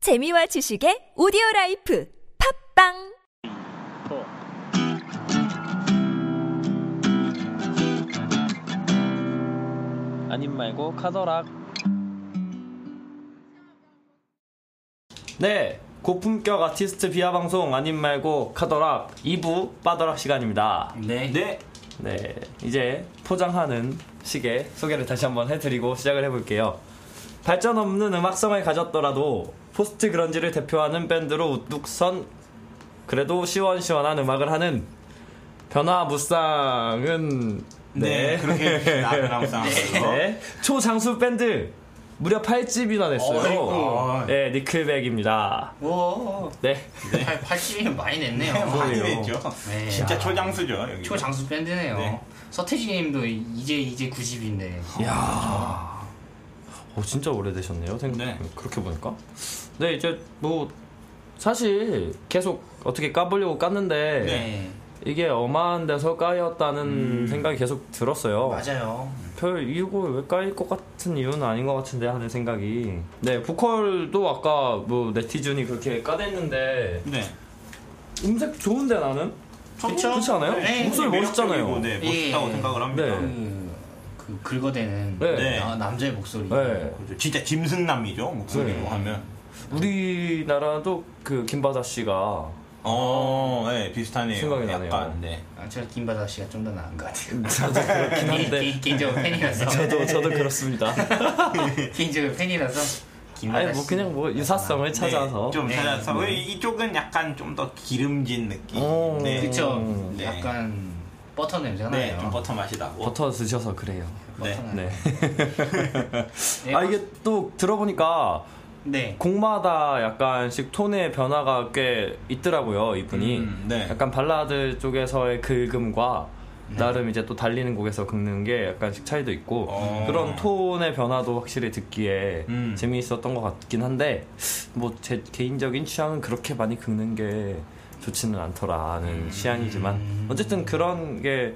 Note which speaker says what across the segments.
Speaker 1: 재미와 지식의 오디오 라이프 팝빵
Speaker 2: 아님 말고 카더락
Speaker 3: 네, 고품격 아티스트 비하 방송 아님 말고 카더락 2부 빠더락 시간입니다.
Speaker 4: 네.
Speaker 3: 네, 이제 포장하는 시계 소개를 다시 한번 해드리고 시작을 해볼게요. 발전 없는 음악성을 가졌더라도 포스트 그런지를 대표하는 밴드로 우뚝 선 그래도 시원시원한 음악을 하는 변화 무쌍은
Speaker 4: 네. 그렇게 나를 항상 네.
Speaker 3: 네. 초장수 밴드 무려 8집이나
Speaker 4: 어이구.
Speaker 3: 냈어요. 네, 니클백입니다.
Speaker 4: 오.
Speaker 3: 네.
Speaker 4: 네.
Speaker 5: 80이면 많이 냈네요.
Speaker 4: 많이
Speaker 3: 그러네요.
Speaker 4: 냈죠.
Speaker 5: 네.
Speaker 4: 진짜
Speaker 5: 아,
Speaker 4: 초장수죠. 여기.
Speaker 5: 초장수 밴드네요.
Speaker 4: 네.
Speaker 5: 서태지님도 이제 이제 90인데
Speaker 3: 어, 진짜 오래되셨네요. 생각
Speaker 4: 네.
Speaker 3: 그렇게 보니까. 네, 이제 뭐 사실 계속 어떻게 까보려고 깠는데
Speaker 5: 네.
Speaker 3: 이게 엄한 데서 까였다는
Speaker 4: 음.
Speaker 3: 생각이 계속 들었어요.
Speaker 5: 맞아요.
Speaker 3: 별 이유고 왜 까일 것 같은 이유는 아닌 것 같은데 하는 생각이. 네, 보컬도 아까 뭐 네티즌이 그렇게 까댔는데
Speaker 4: 네.
Speaker 3: 음색 좋은데 나는
Speaker 4: 저도
Speaker 3: 그렇죠? 그렇지 않아요?
Speaker 4: 네.
Speaker 3: 목소리
Speaker 4: 네,
Speaker 3: 멋있잖아요.
Speaker 4: 매력적이고, 네. 멋있다고
Speaker 5: 예.
Speaker 4: 생각을 합니다.
Speaker 3: 네.
Speaker 5: 그, 그 긁어대는
Speaker 3: 네.
Speaker 4: 네.
Speaker 5: 나- 남자의 목소리.
Speaker 3: 네.
Speaker 4: 그렇죠. 진짜 짐승남이죠. 목소리로
Speaker 3: 네.
Speaker 4: 하면.
Speaker 3: 우리나라도 그 김바다 씨가
Speaker 4: 어, 네. 비슷하네요.
Speaker 3: 생각이 나네요.
Speaker 4: 약간. 네.
Speaker 5: 아, 제가 김바다 씨가 좀 더 나은 것 같아요.
Speaker 3: 저도 그렇긴
Speaker 5: 개-
Speaker 3: 한데
Speaker 5: 개- 개인적으로 팬이라서.
Speaker 3: 네. 저도 저도 그렇습니다.
Speaker 5: 개인적으로 팬이라서. 김바다
Speaker 3: 아니 뭐
Speaker 5: 씨.
Speaker 3: 그냥 뭐 유사성을 찾아서
Speaker 4: 네, 좀
Speaker 5: 네.
Speaker 4: 찾아서 왜 이쪽은 약간 좀 더 기름진 느낌.
Speaker 3: 오.
Speaker 4: 네.
Speaker 5: 그쵸.
Speaker 4: 네.
Speaker 5: 약간 버터 냄새가
Speaker 4: 네,
Speaker 5: 나요.
Speaker 4: 좀 버터 맛이 나고.
Speaker 3: 음. 버터 드셔서 그래요.
Speaker 4: 네.
Speaker 5: 버터
Speaker 3: 네.
Speaker 5: 나요. 네.
Speaker 3: 아 이게 또 들어보니까
Speaker 5: 네.
Speaker 3: 곡마다 약간씩 톤의 변화가 꽤 있더라고요 이분이.
Speaker 4: 음, 네.
Speaker 3: 약간 발라드 쪽에서의 긁음과 나름 이제 또 달리는 곡에서 긁는 게 약간씩 차이도 있고
Speaker 4: 어.
Speaker 3: 그런 톤의 변화도 확실히 듣기에
Speaker 4: 음.
Speaker 3: 재미있었던 것 같긴 한데 뭐 제 개인적인 취향은 그렇게 많이 긁는 게 좋지는 않더라는
Speaker 4: 음.
Speaker 3: 취향이지만 어쨌든 그런 게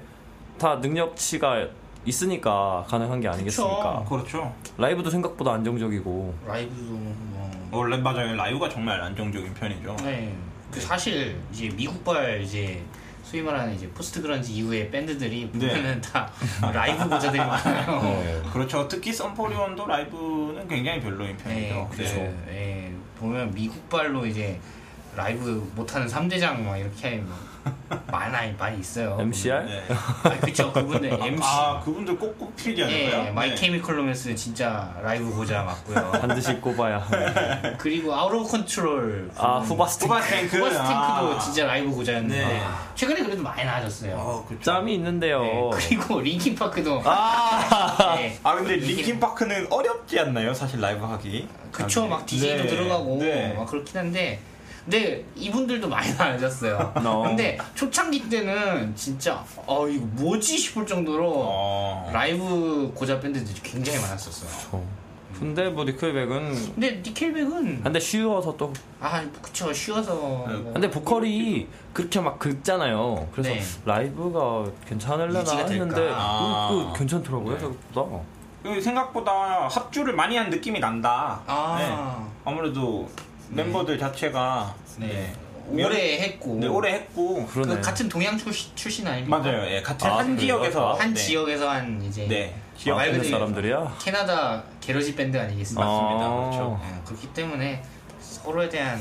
Speaker 3: 다 능력치가 있으니까 가능한 게 아니겠습니까?
Speaker 4: 그렇죠.
Speaker 3: 라이브도 생각보다 안정적이고
Speaker 5: 라이브도 뭐.
Speaker 4: 원래 맞아요. 어, 라이브가 정말 안정적인 편이죠.
Speaker 5: 네. 그 사실 이제 미국발 이제 소위 말하는 이제 포스트 그런지 이후에 밴드들이
Speaker 4: 네.
Speaker 5: 보면은 다 라이브 고자들이 많아요. 네.
Speaker 4: 그렇죠. 특히 썬포리온도 라이브는 굉장히 별로인 편이죠.
Speaker 5: 네,
Speaker 3: 그렇죠.
Speaker 5: 그래서 네, 보면 미국발로 이제 라이브 못하는 3대장 막 이렇게 뭐 많아 많이 있어요.
Speaker 3: MCR
Speaker 4: 네.
Speaker 5: 아, 그쵸 그분들 MC.
Speaker 4: 아, 그분들 꼭 꼽히지 않을까요? 네.
Speaker 5: 예, 마이 케미컬 로맨스 진짜 라이브 고자 맞고요.
Speaker 3: 반드시 꼽아야
Speaker 5: 그리고 아웃 오브 컨트롤
Speaker 3: 아
Speaker 4: 그
Speaker 3: 후바스틱
Speaker 4: 후바탱크.
Speaker 5: 버스팅크도
Speaker 4: 아.
Speaker 5: 그 진짜 라이브 고자였는데
Speaker 4: 네.
Speaker 5: 최근에 그래도 많이 나아졌어요.
Speaker 4: 아, 그쵸.
Speaker 3: 짬이 있는데요.
Speaker 5: 네, 그리고 링킨파크도 네.
Speaker 4: 어. 아, 근데 링킨파크는 어렵지 않나요? 사실 라이브 하기.
Speaker 5: 그쵸 막 DJ도
Speaker 4: 네.
Speaker 5: 들어가고
Speaker 4: 네.
Speaker 5: 막 그렇긴 한데 근데 이분들도 많이 나아졌어요
Speaker 3: No.
Speaker 5: 근데 초창기 때는 진짜 어 이거 뭐지 싶을 정도로
Speaker 4: 어.
Speaker 5: 라이브 고자 밴드들이 굉장히 많았었어요
Speaker 3: 근데 뭐 리클백은
Speaker 5: 근데 니켈백은
Speaker 3: 근데 쉬워서 또
Speaker 5: 아 그쵸 쉬워서
Speaker 4: 네.
Speaker 5: 뭐
Speaker 3: 근데 보컬이 그렇게 막 긁잖아요. 그래서
Speaker 5: 네.
Speaker 3: 라이브가 괜찮을려나
Speaker 5: 유지가 될까? 네.
Speaker 3: 했는데
Speaker 4: 아.
Speaker 3: 그, 그 괜찮더라고요 생각보다.
Speaker 4: 그리고 생각보다 합주를 많이 한 느낌이 난다.
Speaker 5: 아.
Speaker 4: 네. 아무래도 멤버들 자체가
Speaker 5: 네.
Speaker 4: 네.
Speaker 5: 오래 했고
Speaker 4: 네, 오래 했고.
Speaker 5: 그
Speaker 3: 그러네.
Speaker 5: 같은 동양 출신, 출신 아닙니까?
Speaker 4: 맞아요. 예, 같은
Speaker 3: 아,
Speaker 4: 한
Speaker 3: 그래요?
Speaker 4: 지역에서
Speaker 5: 한
Speaker 4: 네.
Speaker 5: 지역에서 한 이제
Speaker 4: 네.
Speaker 3: 아,
Speaker 4: 지역
Speaker 5: 말
Speaker 3: 그
Speaker 5: 그대로
Speaker 3: 사람들이야.
Speaker 5: 캐나다 게러지 밴드 아니겠습니까?
Speaker 4: 맞습니다.
Speaker 3: 아.
Speaker 4: 그렇죠.
Speaker 5: 예, 그렇기 때문에 서로에 대한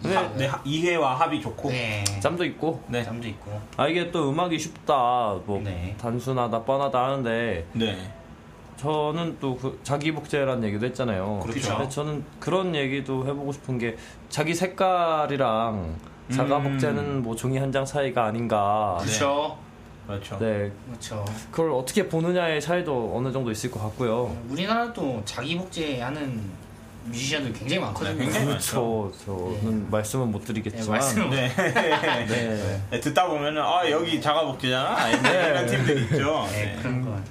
Speaker 5: 이제
Speaker 3: 네,
Speaker 5: 하-
Speaker 4: 네, 하- 이해와 합이 좋고.
Speaker 5: 네.
Speaker 3: 짬도 있고.
Speaker 4: 네.
Speaker 5: 잠도 있고
Speaker 3: 아 이게 또 음악이 쉽다, 뭐
Speaker 5: 네.
Speaker 3: 단순하다, 뻔하다 하는데
Speaker 4: 네.
Speaker 3: 저는 또 그 자기 복제라는 얘기도 했잖아요.
Speaker 4: 그렇죠.
Speaker 3: 근데 저는 그런 얘기도 해보고 싶은 게 자기 색깔이랑 자가
Speaker 4: 음.
Speaker 3: 복제는 뭐 종이 한 장 차이가 아닌가.
Speaker 5: 그렇죠
Speaker 4: 그렇죠.
Speaker 3: 네,
Speaker 5: 그렇죠
Speaker 3: 그걸 어떻게 보느냐의 차이도 어느 정도 있을 것 같고요.
Speaker 5: 우리나라도 자기 복제하는 뮤지션들 굉장히 많거든요
Speaker 4: 네, 굉장히
Speaker 3: 그렇죠. 저는 말씀은 못
Speaker 5: 예,
Speaker 3: 드리겠지만.
Speaker 5: 말씀 네.
Speaker 4: 네. 네.
Speaker 3: 네.
Speaker 4: 네, 듣다 보면은 아 여기 자가복지잖아 이런 팀들이 있죠. 네.
Speaker 5: 네. 그런 거 같죠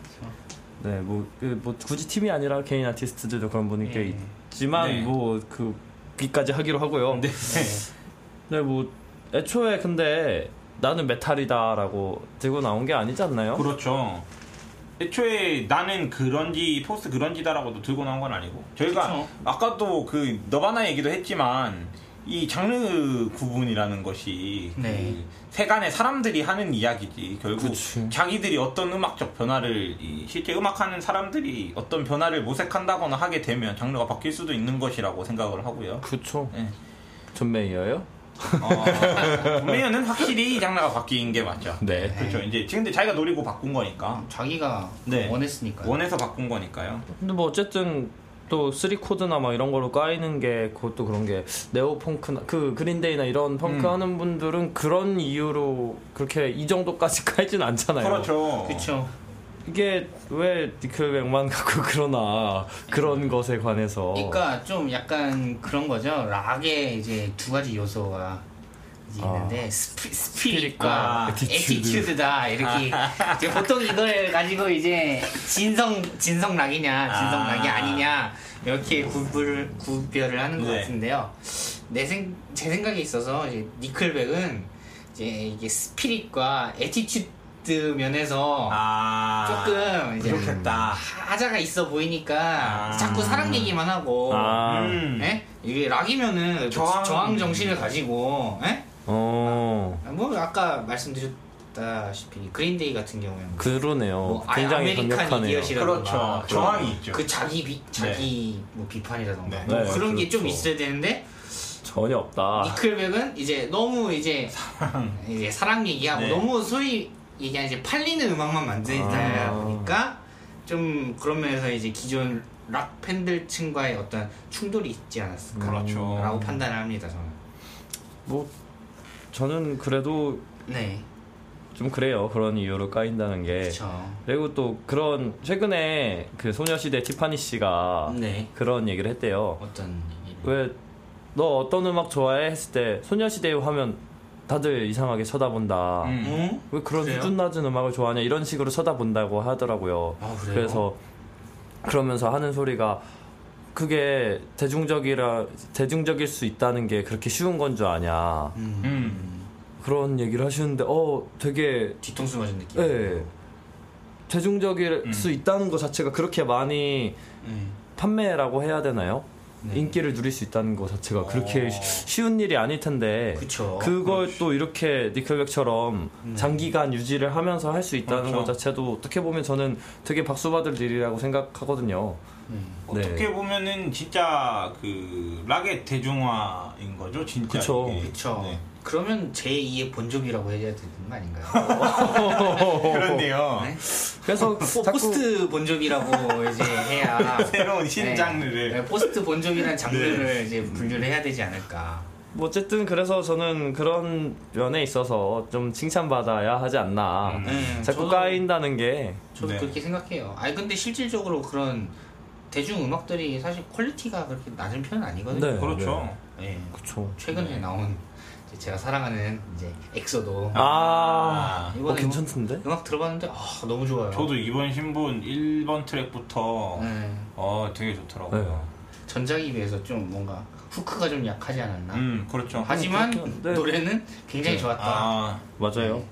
Speaker 3: 네, 뭐, 그, 뭐 굳이 팀이 아니라 개인 아티스트들도 그런 분이 꽤
Speaker 5: 예.
Speaker 3: 있지만
Speaker 4: 네.
Speaker 3: 뭐그 귀까지 하기로 하고요. 네. 뭐 애초에 근데 나는 메탈이다라고 들고 나온 게 아니지 않나요?
Speaker 4: 그렇죠. 애초에 나는 그런지 포스트 그런지다라고도 들고 나온 건 아니고 저희가
Speaker 5: 그쵸.
Speaker 4: 아까도 그 너바나 얘기도 했지만 이 장르 구분이라는 것이
Speaker 5: 네.
Speaker 4: 그 세간의 사람들이 하는 이야기지 결국
Speaker 3: 그치.
Speaker 4: 자기들이 어떤 음악적 변화를 이 실제 음악하는 사람들이 어떤 변화를 모색한다거나 하게 되면 장르가 바뀔 수도 있는 것이라고 생각을 하고요.
Speaker 3: 그쵸.
Speaker 4: 네.
Speaker 3: 존 메이어요?
Speaker 4: 어, 보면은 확실히 이 장르가 바뀐 게 맞죠.
Speaker 3: 네.
Speaker 4: 그렇죠. 이제 지금 근데 자기가 노리고 바꾼 거니까.
Speaker 5: 자기가
Speaker 4: 네.
Speaker 5: 원했으니까요.
Speaker 4: 원해서 바꾼 거니까요.
Speaker 3: 근데 뭐 어쨌든 또 쓰리 코드나 막 이런 거로 까이는 게 그것도 그런 게 네오 펑크나 그 그린데이나 이런 펑크
Speaker 4: 음.
Speaker 3: 하는 분들은 그런 이유로 그렇게 이 정도까지 까이진 않잖아요.
Speaker 4: 그렇죠.
Speaker 5: 그쵸.
Speaker 3: 이게 왜 니클 백만 갖고 그러나 그런 것에 관해서
Speaker 5: 그러니까 좀 약간 그런 거죠. 락의 이제 두 가지 요소가 이제 있는데 스피, 어. 스피릿과
Speaker 4: 아,
Speaker 5: 에티튜드다 이렇게 이제 보통 이걸 가지고 이제 진성 진성 락이냐 진성
Speaker 4: 아.
Speaker 5: 락이 아니냐 이렇게 구별 구별을 하는 것
Speaker 4: 네.
Speaker 5: 같은데요. 내생제 생각에 있어서 이제 니클백은 이제 이게 스피릿과 에티튜드 면에서
Speaker 4: 아
Speaker 5: 조금 이제
Speaker 4: 그렇겠다.
Speaker 5: 아, 하자가 있어 보이니까
Speaker 4: 아.
Speaker 5: 자꾸 사랑 얘기만 하고
Speaker 3: 아,
Speaker 4: 음.
Speaker 5: 예? 이게 락이면은 그
Speaker 4: 저항-
Speaker 5: 저항, 정신을 가지고 예?
Speaker 3: 어,
Speaker 5: 뭐 아까 말씀드렸다시피 그린데이 같은 경우에는
Speaker 3: 그러네요.
Speaker 5: 뭐 아예
Speaker 3: 어, 굉장히
Speaker 5: 아메리칸
Speaker 3: 강력하네요.
Speaker 5: 이디엇이라-
Speaker 4: 그렇죠.
Speaker 5: 아,
Speaker 4: 정황이 있죠.
Speaker 5: 그 자기 비, 자기 뭐 비판이라던가
Speaker 4: 네.
Speaker 5: 뭐
Speaker 3: 네,
Speaker 5: 그런 게 좀
Speaker 3: 그렇죠.
Speaker 5: 있어야 되는데
Speaker 3: 전혀
Speaker 4: 아.
Speaker 3: 없다.
Speaker 5: 니클백은 이제 너무 이제 이제 사랑 얘기하고
Speaker 4: 네.
Speaker 5: 너무 소위 얘기한 이제 팔리는 음악만 만드다
Speaker 3: 아.
Speaker 5: 보니까 좀 그런 면에서 이제 기존 락 팬들층과의 어떤 충돌이 있지 않았을까라고
Speaker 4: 그렇죠.
Speaker 5: 판단을 합니다 저는.
Speaker 3: 뭐 저는 그래도
Speaker 5: 네,
Speaker 3: 좀 그래요. 그런 이유로 까인다는
Speaker 4: 네.
Speaker 3: 게.
Speaker 5: 그렇죠.
Speaker 3: 그리고 또 그런 최근에 그 소녀시대 티파니
Speaker 4: 아.
Speaker 3: 씨가
Speaker 5: 네.
Speaker 3: 그런 얘기를 했대요.
Speaker 5: 어떤 얘기?
Speaker 4: 그,
Speaker 3: 왜 너 어떤 음악 좋아해 했을 때 소녀시대 하면 다들 이상하게 쳐다본다.
Speaker 4: 음.
Speaker 5: 어?
Speaker 3: 왜 그런
Speaker 5: 그래요?
Speaker 3: 수준 낮은 음악을 좋아하냐 이런 식으로 쳐다본다고 하더라고요.
Speaker 5: 아, 그래요?
Speaker 3: 그래서 그러면서 하는 소리가 그게 대중적이라 대중적일 수 있다는 게 그렇게 쉬운 건 줄 아냐
Speaker 4: 음.
Speaker 3: 그런 얘기를 하시는데 어 되게
Speaker 5: 뒤통수 맞은 느낌.
Speaker 4: 네.
Speaker 3: 예. 대중적일
Speaker 5: 음.
Speaker 3: 수 있다는 것 자체가 그렇게 많이
Speaker 5: 네.
Speaker 3: 판매라고 해야 되나요?
Speaker 5: 네.
Speaker 3: 인기를 누릴 수 있다는 것 자체가
Speaker 5: 어.
Speaker 3: 그렇게 쉬- 쉬운 일이 아닐 텐데
Speaker 4: 네.
Speaker 5: 그쵸.
Speaker 3: 걸또 이렇게 니클백처럼
Speaker 5: 네.
Speaker 3: 장기간 유지를 하면서 할 수 있다는
Speaker 4: 그렇죠.
Speaker 3: 것 자체도 어떻게 보면 저는 되게 박수 받을 일이라고 생각하거든요.
Speaker 5: 네.
Speaker 3: 네.
Speaker 4: 어떻게 보면은 진짜 그 락의 대중화인 거죠, 진짜.
Speaker 3: 그쵸.
Speaker 4: 이게.
Speaker 5: 그렇죠.
Speaker 4: 네.
Speaker 5: 그러면 제 2의 본조기라고 해야 되는 거 아닌가요?
Speaker 4: 그런데요.
Speaker 5: 네?
Speaker 3: 그래서
Speaker 5: 포,
Speaker 3: 자꾸
Speaker 5: 포스트 본조기라고 이제 해야
Speaker 4: 새로운 신장르를.
Speaker 5: 네, 포스트 본조기란 장르를
Speaker 3: 네.
Speaker 5: 이제 분류를 해야 되지 않을까.
Speaker 3: 뭐 어쨌든 그래서 저는 그런 면에 있어서 좀 칭찬받아야 하지 않나.
Speaker 5: 음,
Speaker 3: 자꾸
Speaker 5: 저도-
Speaker 3: 까인다는 게
Speaker 5: 저도
Speaker 4: 네.
Speaker 5: 그렇게 생각해요. 아니 근데 실질적으로 그런 대중 음악들이 사실 퀄리티가 그렇게 낮은 편은 아니거든요.
Speaker 3: 네.
Speaker 4: 그렇죠.
Speaker 5: 예.
Speaker 3: 그쵸.
Speaker 5: 최근에 나온 이제 제가 사랑하는 이제 엑소도
Speaker 3: 아,
Speaker 4: 아,
Speaker 3: 어, 괜찮던데?
Speaker 5: 음악 들어봤는데 아 너무 좋아요.
Speaker 4: 저도 이번 신분 1번 트랙부터
Speaker 5: 네.
Speaker 4: 어 되게 좋더라고요.
Speaker 5: 전작에 비해서 좀 뭔가 후크가 좀 약하지 않았나.
Speaker 4: 음, 그렇죠.
Speaker 5: 하지만
Speaker 3: 그렇긴 한데. 네.
Speaker 5: 노래는 굉장히 좋았다.
Speaker 4: 아,
Speaker 3: 맞아요.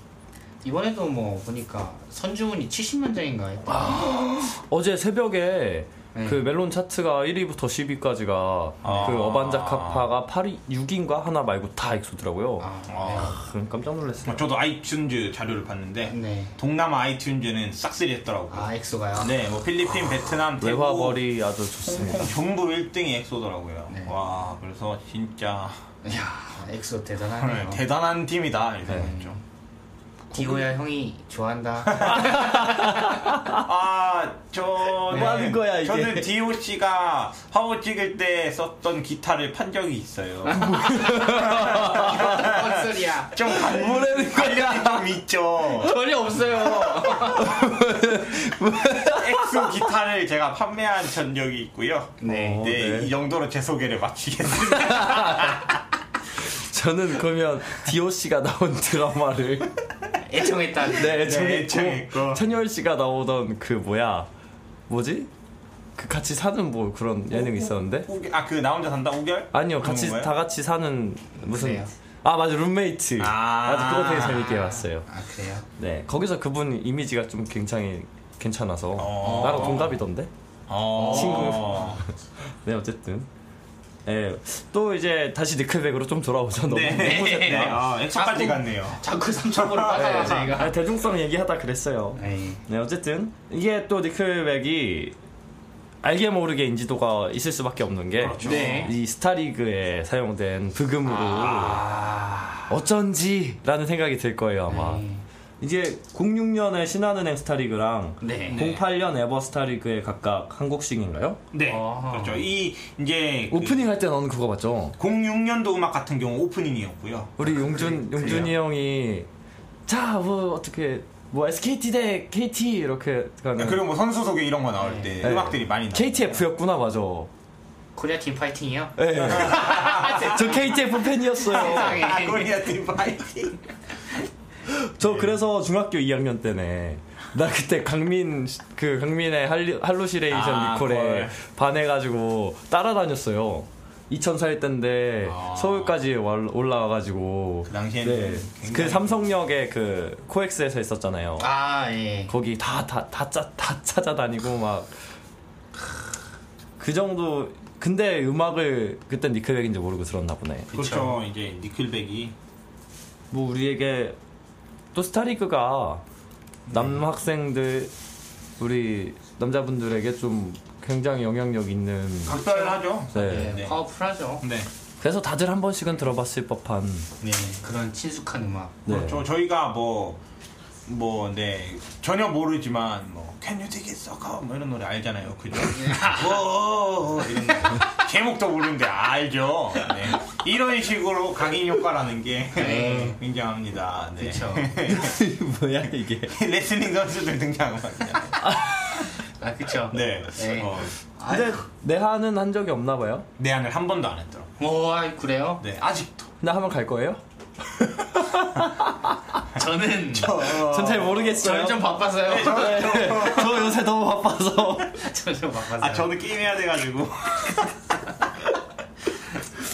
Speaker 5: 이번에도 뭐 보니까 선주문이 70만 장인가 했다.
Speaker 3: 어제 새벽에
Speaker 5: 네.
Speaker 3: 그 멜론 차트가 1위부터 10위까지가
Speaker 4: 아.
Speaker 3: 그 어반자카파가 8위 6인가 하나 말고 다 엑소더라고요.
Speaker 5: 아,
Speaker 4: 아.
Speaker 3: 그럼 깜짝 놀랐어요.
Speaker 4: 저도 아이튠즈 자료를 봤는데
Speaker 5: 네.
Speaker 3: 음.
Speaker 5: 네.
Speaker 4: 동남아 아이튠즈는 싹쓸이 했더라고요.
Speaker 5: 아 엑소가요.
Speaker 4: 네, 뭐 필리핀, 베트남, 태국,
Speaker 3: 아, 외화벌이 아주
Speaker 4: 홍콩
Speaker 3: 좋습니다.
Speaker 4: 전부 1등이 엑소더라고요.
Speaker 5: 네.
Speaker 4: 와, 그래서 진짜
Speaker 5: 이야 엑소 대단하네요.
Speaker 4: 대단한 팀이다 이렇게
Speaker 3: 네.
Speaker 4: 생각했죠.
Speaker 5: 디오야 형이 좋아한다.
Speaker 4: 아, 저는
Speaker 3: 뭐 하는 거야, 이게?
Speaker 4: 저는 디오 씨가 화보 찍을 때 썼던 기타를 판 적이 있어요.
Speaker 3: 아, 뭐.
Speaker 5: 뭔 소리야?
Speaker 4: 좀
Speaker 3: 뭐라는
Speaker 4: 관련이
Speaker 3: 아.
Speaker 4: 좀 있죠.
Speaker 5: 전혀 없어요.
Speaker 4: 엑소 기타를 제가 판매한 전적이 있고요.
Speaker 5: 네.
Speaker 3: 어,
Speaker 4: 네,
Speaker 3: 네.
Speaker 4: 이 정도로 제 소개를 마치겠습니다.
Speaker 3: 저는 그러면 디오 씨가 나온 드라마를
Speaker 5: 애청했다.
Speaker 3: 네,
Speaker 4: 애청했고.
Speaker 3: 애청했고 천열 씨가 나오던 그 뭐야 뭐지? 그 같이 사는 뭐 그런 예능 이 있었는데
Speaker 4: 아, 그 나 혼자 산다 우결?
Speaker 3: 아니요
Speaker 4: 그런
Speaker 3: 같이
Speaker 4: 건가요?
Speaker 3: 다 같이 사는 무슨
Speaker 5: 그래요?
Speaker 3: 아 맞아 룸메이트
Speaker 4: 아.
Speaker 3: 아~ 맞아 그거 되게 재밌게 봤어요
Speaker 5: 아 그래요?
Speaker 3: 네 거기서 그분 이미지가 좀 굉장히 괜찮아서
Speaker 4: 어.
Speaker 3: 나랑 동갑이던데.
Speaker 4: 어.
Speaker 3: 친구. 네 어쨌든. 예, 또 이제 다시 nickelback으로 좀 돌아오죠. 너무
Speaker 4: 네.
Speaker 3: 너무
Speaker 4: 네.
Speaker 3: 셌다.
Speaker 4: 아,
Speaker 5: 자꾸-
Speaker 4: 엑소까지 갔네요.
Speaker 5: 자꾸 삼촌으로 빠져요 저희가
Speaker 3: 아, 대중성 얘기하다 그랬어요.
Speaker 5: 에이,
Speaker 3: 네, 어쨌든 이게 또 니클백이 알게 모르게 인지도가 있을 수밖에 없는 게 이
Speaker 4: 그렇죠.
Speaker 5: 네.
Speaker 3: 스타리그에 사용된 브금으로
Speaker 4: 아.
Speaker 3: 아. 어쩐지라는 생각이 들 거예요 아마.
Speaker 5: 네.
Speaker 3: 이제 06년에 신한은행 스타리그랑
Speaker 5: 네.
Speaker 3: 08년 에버 스타리그에 각각 한국씩인가요?
Speaker 4: 네.
Speaker 5: 아.
Speaker 4: 그렇죠. 이 이제 그
Speaker 3: 오프닝 할 때 너는 그거 맞죠?
Speaker 4: 06년도 음악 같은 경우 오프닝이었고요.
Speaker 3: 우리 용준
Speaker 5: 그래요.
Speaker 3: 용준이 형이 자 뭐 어떻게 뭐 SKT 대 KT 이렇게 가는
Speaker 4: 그리고 뭐 선수 소개 이런 거 나올 때
Speaker 3: 네.
Speaker 4: 음악들이 많이 나와요.
Speaker 3: KTF였구나 맞아.
Speaker 5: 코리아 팀 파이팅이요?
Speaker 3: 예.
Speaker 4: 네.
Speaker 3: 저 KTF 팬이었어요.
Speaker 4: 아, 코리아 팀 파이팅.
Speaker 3: 저
Speaker 4: 예.
Speaker 3: 그래서 중학교 2학년 때네. 나 그때 강민 그 강민의 할리, 할루시레이션
Speaker 4: 아,
Speaker 3: 니콜에
Speaker 4: 헐.
Speaker 3: 반해가지고 따라다녔어요. 2004일 때인데
Speaker 4: 아.
Speaker 3: 서울까지 와- 올라와가지고
Speaker 4: 그 당시에는 굉장히-
Speaker 3: 그 삼성역에 그 코엑스에서 있었잖아요.
Speaker 5: 아, 예.
Speaker 3: 거기 다 다다 다, 짜- 다 찾아다니고 막 그 정도. 근데 음악을 그때 니클백인지 모르고 들었나 보네.
Speaker 4: 그렇죠. 이제 니클백이
Speaker 3: 뭐 우리에게 또 스타리그가 남학생들 우리 남자분들에게 좀 굉장히 영향력 있는
Speaker 4: 각별하죠.
Speaker 3: 네.
Speaker 5: 예,
Speaker 4: 네.
Speaker 5: 파워풀하죠.
Speaker 4: 네.
Speaker 3: 그래서 다들 한 번씩은 들어봤을 법한
Speaker 5: 네, 그런 친숙한 음악.
Speaker 3: 네.
Speaker 4: 그렇죠. 저희가 뭐, 뭐, 네. 전혀 모르지만, 뭐, Can you dig it, sucker? 뭐 이런 노래 알잖아요. 그죠?
Speaker 3: 네.
Speaker 4: 오, 이런 노래. 제목도 모르는데 알죠. 네. 이런 식으로 각인 효과라는 게
Speaker 5: 네.
Speaker 4: 굉장합니다. 네.
Speaker 5: 그렇죠.
Speaker 3: 뭐야 이게
Speaker 4: 레슬링 선수들 등장합니다.
Speaker 5: 아, 그렇죠.
Speaker 4: 네.
Speaker 5: 네.
Speaker 4: 어,
Speaker 3: 근데 내한은 한 적이 없나 봐요
Speaker 4: 내한을 한 번도 안 했더라고.
Speaker 5: 오, 아, 그래요?
Speaker 4: 네. 아직도.
Speaker 3: 나 한번 갈 거예요?
Speaker 5: 아, 저는
Speaker 3: 전 잘 모르겠어요 네.
Speaker 5: 저는 좀 바빴어요.
Speaker 3: 저 요새 너무 바빠서
Speaker 5: 저는 좀 바빴어요.
Speaker 4: 아, 저는 게임해야 돼가지고.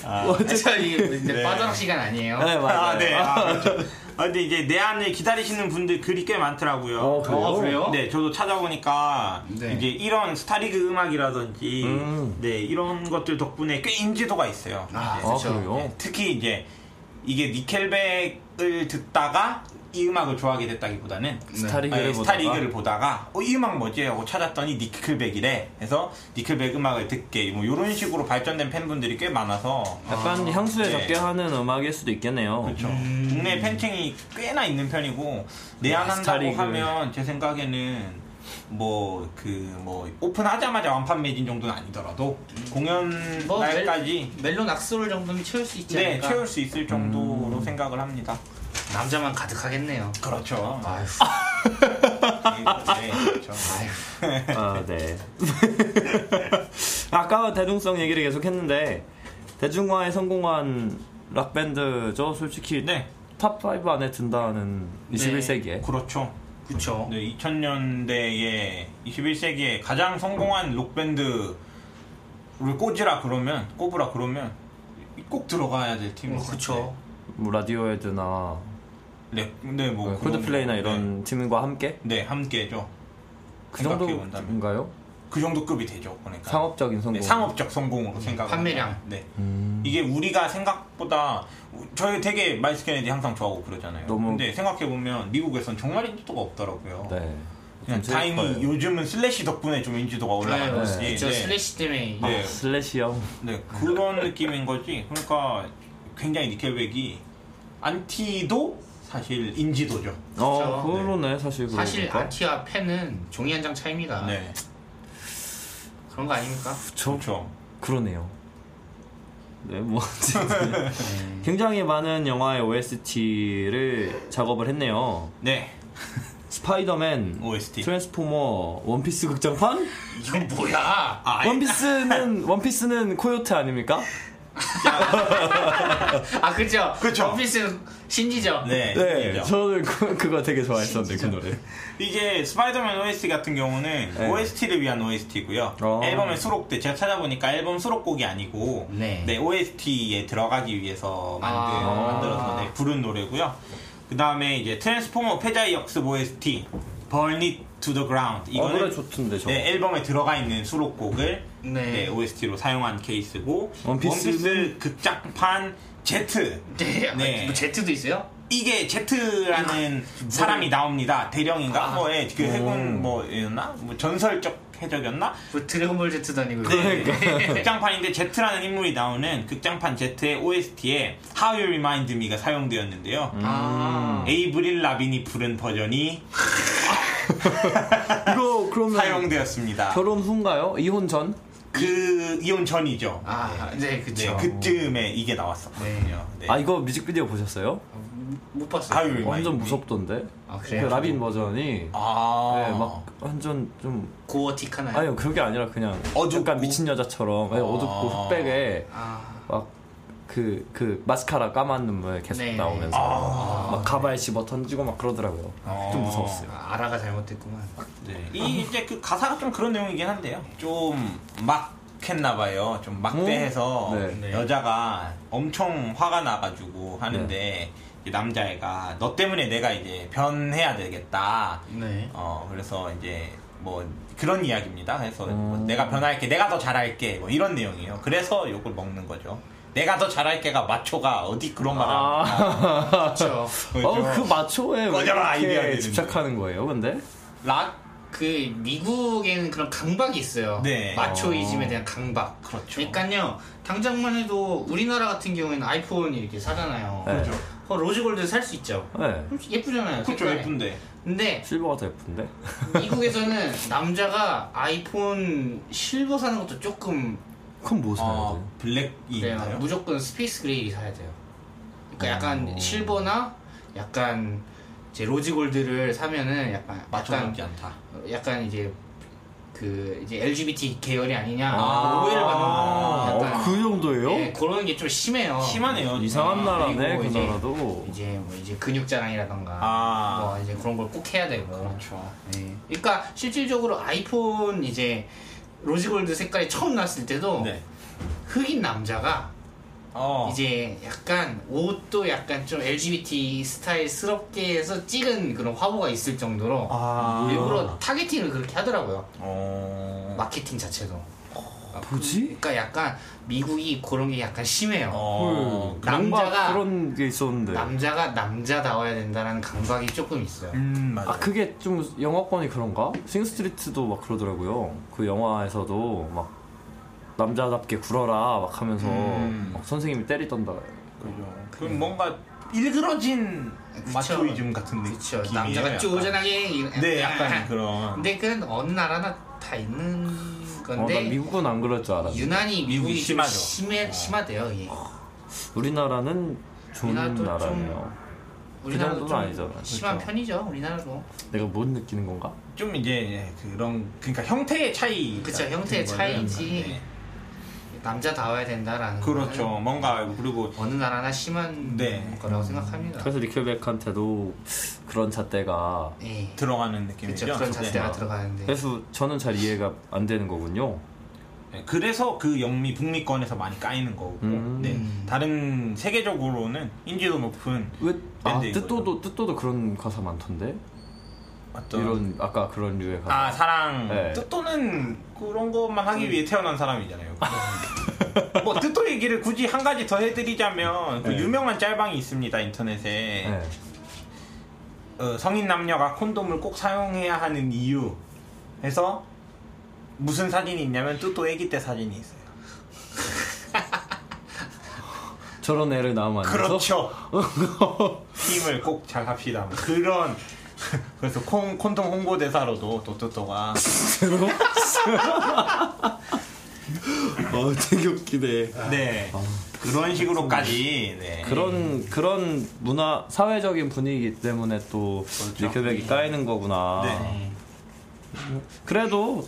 Speaker 5: 아, 저 이게 이제
Speaker 4: 네.
Speaker 5: 빠져나올 시간 아니에요.
Speaker 3: 네 맞아요
Speaker 4: 아, 네. 아, 그렇죠. 아, 근데 이제 내한을 기다리시는 분들 글이 꽤 많더라고요.
Speaker 3: 어, 그래요?
Speaker 5: 어, 그래요?
Speaker 4: 네, 저도 찾아보니까
Speaker 5: 네.
Speaker 4: 이제 이런 스타리그 음악이라든지
Speaker 3: 음.
Speaker 4: 네 이런 것들 덕분에 꽤 인지도가 있어요.
Speaker 5: 아,
Speaker 4: 네.
Speaker 3: 아
Speaker 5: 그렇죠.
Speaker 3: 그래요?
Speaker 4: 네, 특히 이제 이게 니켈백을 듣다가 이 음악을 좋아하게 됐다기보다는
Speaker 5: 네.
Speaker 3: 스타리그를
Speaker 4: 아니,
Speaker 3: 보다가
Speaker 4: 스타리그를 보다가 어, 이 음악 뭐지 하고 찾았더니 니클백이래. 그래서 니클백 음악을 듣게 뭐 이런 식으로 발전된 팬분들이 꽤 많아서
Speaker 3: 약간 향수에
Speaker 4: 네.
Speaker 3: 적게 하는 음악일 수도 있겠네요
Speaker 4: 그렇죠. 국내 팬층이 꽤나 있는 편이고 내한한다고
Speaker 3: 스타리그.
Speaker 4: 하면 제 생각에는 뭐 그 뭐 오픈하자마자 완판 매진 정도는 아니더라도 공연
Speaker 5: 뭐 멜-
Speaker 4: 날까지
Speaker 5: 멜론 악소를 정도면 채울 수 있지
Speaker 4: 네
Speaker 5: 않을까?
Speaker 4: 채울 수 있을 정도로 생각을 합니다.
Speaker 5: 남자만 가득하겠네요.
Speaker 4: 그렇죠.
Speaker 5: 아휴,
Speaker 4: 네, 그렇죠.
Speaker 3: 아, 네. 아까 대중성 얘기를 계속 했는데 대중화에 성공한 락 밴드죠. 솔직히
Speaker 4: 네,
Speaker 3: 탑 5 안에 든다는 21세기에.
Speaker 4: 그렇죠.
Speaker 5: 그쵸.
Speaker 4: 네, 2000년대에 21세기에 가장 성공한 록 밴드를 꽂으라 그러면 꼽으라 그러면 꼭 들어가야 될 팀이
Speaker 5: 어, 그쵸.
Speaker 3: 뭐 라디오헤드나
Speaker 4: 네, 네, 뭐
Speaker 3: 뭐 콜드플레이나 이런 팀과 함께
Speaker 4: 네, 네, 함께죠.
Speaker 3: 그
Speaker 4: 생각해본다면.
Speaker 3: 정도인가요?
Speaker 4: 그 정도 급이 되죠, 그러니까.
Speaker 3: 상업적인 성공. 음.
Speaker 4: 네, 상업적 성공으로 생각.
Speaker 5: 음, 판매량.
Speaker 4: 네. 이게 우리가 생각보다 저희 되게 마이스 케네디 항상 좋아하고 그러잖아요.
Speaker 3: 너무-
Speaker 4: 근데 생각해 보면 미국에선 정말 인지도가 없더라고요.
Speaker 3: 네. 좀
Speaker 4: 그냥
Speaker 3: 슬퍼요.
Speaker 4: 다행히 요즘은 슬래시 덕분에 좀 인지도가 올라가는 거지.
Speaker 5: 네. 저 슬래시 때문에
Speaker 4: 네.
Speaker 3: 아, 슬래시 형.
Speaker 4: 네, 그런 느낌인 거지. 그러니까 굉장히 니켈백이 안티도 사실 인지도죠.
Speaker 3: 어,
Speaker 5: 그렇죠.
Speaker 3: 그러네 사실 그러니까.
Speaker 5: 사실 아티와 팬은 종이 한 장
Speaker 3: 아,
Speaker 5: 차입니다.
Speaker 4: 네,
Speaker 5: 그런 거 아닙니까?
Speaker 3: 저
Speaker 4: 그렇죠.
Speaker 3: 그러네요. 네, 뭐 어쨌든
Speaker 4: 네.
Speaker 3: 굉장히 많은 영화의 OST를 작업을 했네요.
Speaker 4: 네,
Speaker 3: 스파이더맨,
Speaker 4: OST.
Speaker 3: 트랜스포머, 원피스 극장판?
Speaker 5: 이건 뭐야?
Speaker 4: 아,
Speaker 3: 원피스는 원피스는 코요트 아닙니까?
Speaker 5: 아, 그쵸.
Speaker 4: 그쵸.
Speaker 5: 원피스 신지죠.
Speaker 4: 네,
Speaker 3: 네,
Speaker 4: 인지죠.
Speaker 3: 저는 그, 그거 되게 좋아했었는데 그 노래.
Speaker 4: 이게 스파이더맨 OST 같은 경우는
Speaker 3: 네.
Speaker 4: OST를 위한 OST고요.
Speaker 3: 어.
Speaker 4: 앨범에 수록돼 제가 찾아보니까 앨범 수록곡이 아니고
Speaker 5: 네.
Speaker 4: OST에 들어가기 위해서 만든
Speaker 5: 아.
Speaker 4: 만들어서 네, 부른 노래고요. 그 다음에 이제 트랜스포머 패자의 역습 OST, 버닛 to the ground
Speaker 3: 어,
Speaker 4: 이거는
Speaker 3: 노래 좋던데 저거.
Speaker 4: 네, 앨범에 들어가 있는 수록곡을
Speaker 5: 네.
Speaker 4: OST로 사용한 케이스고
Speaker 3: 원피스는-
Speaker 4: 원피스 극장판 Z
Speaker 5: 네,
Speaker 4: 네.
Speaker 5: 뭐 제트도 있어요?
Speaker 4: 이게 Z라는
Speaker 3: 뭐, 네.
Speaker 4: 사람이 나옵니다. 대령인가?
Speaker 3: 아.
Speaker 4: 뭐에 그 해군 뭐였나? 뭐 전설적 해적이었나? 네.
Speaker 5: 뭐 드래곤볼 제트도 아니고
Speaker 3: 네.
Speaker 4: 그러니까.
Speaker 5: 네.
Speaker 4: 극장판인데 Z라는 인물이 나오는 극장판 Z의 OST에 How You Remind Me가 사용되었는데요.
Speaker 5: 아,
Speaker 4: 에이브릴 라빈이 부른 버전이
Speaker 3: 이거 그러면
Speaker 4: 사용되었습니다.
Speaker 3: 결혼 후인가요? 이혼 전?
Speaker 4: 그 이혼 전이죠.
Speaker 5: 아, 네,
Speaker 4: 네,
Speaker 5: 그쵸.
Speaker 4: 그쯤에 이게 나왔었거든요. 네. 그
Speaker 3: 아 이거 뮤직비디오 보셨어요?
Speaker 5: 못 봤어요.
Speaker 4: How You Remind
Speaker 3: 완전
Speaker 4: Me.
Speaker 3: 무섭던데.
Speaker 5: 아,
Speaker 3: 그
Speaker 5: 그래요?
Speaker 3: 라빈 버전이.
Speaker 4: 아,
Speaker 3: 네, 막 완전 좀
Speaker 5: 고어틱하나요?
Speaker 3: 아니요 그게 아니라 그냥
Speaker 4: 어둡고?
Speaker 3: 약간 미친 여자처럼 네, 어둡고 흑백에
Speaker 5: 아,
Speaker 3: 막 그 그 마스카라 까만 눈물 계속
Speaker 5: 네.
Speaker 3: 나오면서 막 가발 집어 던지고 막 그러더라고요. 좀 무서웠어요.
Speaker 5: 아, 아라가 잘못됐구만.
Speaker 4: 네. 이 이제 그 가사가 좀 그런 내용이긴 한데요. 좀 막했나봐요. 좀 막대해서
Speaker 3: 음?
Speaker 5: 네.
Speaker 4: 여자가 엄청 화가 나가지고 하는데 이제 남자애가 너 때문에 내가 이제 변해야 되겠다.
Speaker 5: 네.
Speaker 4: 어 그래서 이제 뭐 그런 이야기입니다. 그래서 뭐 내가 변할게, 내가 더 잘할게, 뭐 이런 내용이에요. 그래서 욕을 먹는 거죠. 내가 더 잘할게가 마초가 어디 그런 말을 합니까?
Speaker 5: 그쵸.
Speaker 3: 아, 어그 마초에 왜
Speaker 4: 꺼져라, 이래야
Speaker 3: 이렇게
Speaker 4: 되는데.
Speaker 3: 집착하는 거예요? 근데
Speaker 4: 락
Speaker 5: 그 미국에는 그런 강박이 있어요.
Speaker 4: 네.
Speaker 5: 마초이즘에 대한 강박.
Speaker 4: 그렇죠.
Speaker 5: 그러니까요. 당장만 해도 우리나라 같은 경우에는 아이폰이 이렇게 사잖아요.
Speaker 3: 네. 그렇죠.
Speaker 5: 어, 로즈골드 살 수 있죠.
Speaker 3: 네.
Speaker 5: 예쁘잖아요.
Speaker 4: 그쵸
Speaker 5: 색깔이.
Speaker 4: 예쁜데
Speaker 5: 근데
Speaker 3: 실버가 더 예쁜데?
Speaker 5: 미국에서는 남자가 아이폰 실버 사는 것도 조금
Speaker 3: 그럼 뭐 사야
Speaker 4: 어, 블랙이
Speaker 5: 그래요.
Speaker 4: 있나요?
Speaker 5: 네, 아, 무조건 스페이스 그레이 사야 돼요. 그러니까 약간 실버나 약간 이제 로즈골드를 사면은 약간 약간
Speaker 4: 맞춰놓지 않다.
Speaker 5: 약간 이제 그 이제 LGBT 계열이 아니냐 뭐
Speaker 4: 아.
Speaker 5: 오해를 받는 거예요.
Speaker 3: 어,
Speaker 5: 약간
Speaker 3: 그 정도예요?
Speaker 5: 예, 그런 게 좀 심해요.
Speaker 4: 심하네요.
Speaker 3: 어, 이상한 나라네
Speaker 5: 그리고
Speaker 3: 그
Speaker 5: 이제-
Speaker 3: 나라도.
Speaker 5: 이제 뭐 이제 근육 자랑이라던가
Speaker 4: 아.
Speaker 5: 뭐 이제 그런 걸 꼭 해야 되고 그렇죠. 그러니까 실질적으로 아이폰 이제 로즈골드 색깔이 처음 나왔을 때도
Speaker 4: 네.
Speaker 5: 흑인 남자가
Speaker 4: 어.
Speaker 5: 이제 약간 옷도 약간 좀 LGBT 스타일스럽게 해서 찍은 그런 화보가 있을 정도로
Speaker 4: 아.
Speaker 5: 일부러 타겟팅을 그렇게 하더라고요.
Speaker 4: 어.
Speaker 5: 마케팅 자체도.
Speaker 3: 뭐지?
Speaker 5: 그러니까 약간 미국이 그런 게 약간 심해요.
Speaker 4: 어.
Speaker 5: 남자가-
Speaker 4: 네.
Speaker 3: 남자가 그런 게 있었는데.
Speaker 5: 남자가 남자다워야 된다는 강박이 조금 있어요.
Speaker 4: 음 맞아.
Speaker 3: 아 그게 좀 영화권이 그런가? 싱스트리트도 막 그러더라고요. 그 영화에서도 막 남자답게 굴어라 막 하면서
Speaker 4: 음.
Speaker 3: 막 선생님이 때리던다.
Speaker 4: 그죠. 그럼
Speaker 5: 뭐-
Speaker 4: 뭔가 일그러진 마초이즘 같은
Speaker 5: 그렇죠.
Speaker 4: 느낌이에요. 네,
Speaker 5: 남자가
Speaker 4: 약간.
Speaker 5: 쪼잔하게 이- 아,
Speaker 4: 네, 약간 그런.
Speaker 5: 근데 그건 어느 나라나 다 있는
Speaker 3: 어, 난
Speaker 5: 건데
Speaker 3: 미국은 안 그럴 줄 알았는데
Speaker 5: 유난히 미국이 좀
Speaker 4: 심하죠. 어. 그
Speaker 5: 심해 심하대요. 이게.
Speaker 3: 우리나라는 좋은
Speaker 5: 우리나라도
Speaker 3: 나라네요.
Speaker 5: 우리나라도
Speaker 3: 정도는
Speaker 5: 좀
Speaker 3: 아니잖아요.
Speaker 5: 심한
Speaker 3: 그렇죠.
Speaker 5: 편이죠. 우리나라도.
Speaker 3: 내가 못 느끼는 건가?
Speaker 4: 좀 이제 그런 그러니까 형태의 차이.
Speaker 5: 그쵸, 형태의
Speaker 4: 같은
Speaker 5: 차이지.
Speaker 4: 거는, 네.
Speaker 5: 남자다워야 된다라는
Speaker 4: 그렇죠.
Speaker 5: 거는
Speaker 4: 뭔가 그리고
Speaker 5: 어느 나라나 심한
Speaker 4: 네.
Speaker 5: 거라고 생각합니다.
Speaker 3: 그래서 리큐백한테도 그런 잣대가
Speaker 5: 예.
Speaker 4: 들어가는 느낌이죠.
Speaker 5: 그렇죠. 그런
Speaker 4: 네.
Speaker 5: 자세가 들어가는데.
Speaker 3: 그래서 저는 잘 이해가 안 되는 거군요.
Speaker 4: 네, 그래서 그 영미 북미권에서 많이 까이는 거고.
Speaker 3: 음.
Speaker 4: 네. 다른 세계적으로는 인지도 높은
Speaker 3: 왜? 아
Speaker 4: 밴드인
Speaker 3: 뜻도도 뜻도도 그런 가사 많던데.
Speaker 4: 어떤
Speaker 3: 이런 아까 그런 류의 가사.
Speaker 4: 아 사랑
Speaker 3: 네.
Speaker 4: 뜻도는 그런 것만 하기 위해 태어난 사람이잖아요. 뭐 뜻도 얘기를 굳이 한 가지 더 해드리자면 그
Speaker 3: 네.
Speaker 4: 유명한 짤방이 있습니다 인터넷에
Speaker 3: 네.
Speaker 4: 어, 성인 남녀가 콘돔을 꼭 사용해야 하는 이유 해서 무슨 사진이 있냐면 뜻도 아기 때 사진이 있어요.
Speaker 3: 저런 애를 낳으면 안 돼서.
Speaker 4: 그렇죠. 힘을 꼭 잘 합시다. 뭐 그런 그래서 콘, 콘돔 홍보 대사로도 또또또가
Speaker 3: 어, 되게 웃기네.
Speaker 4: 네 그런 식으로까지 네.
Speaker 3: 아. 그런 그런 문화 사회적인 분위기 때문에 또 리큐백이 까이는 거구나.
Speaker 4: 그렇죠. 예. 네.
Speaker 3: 그래도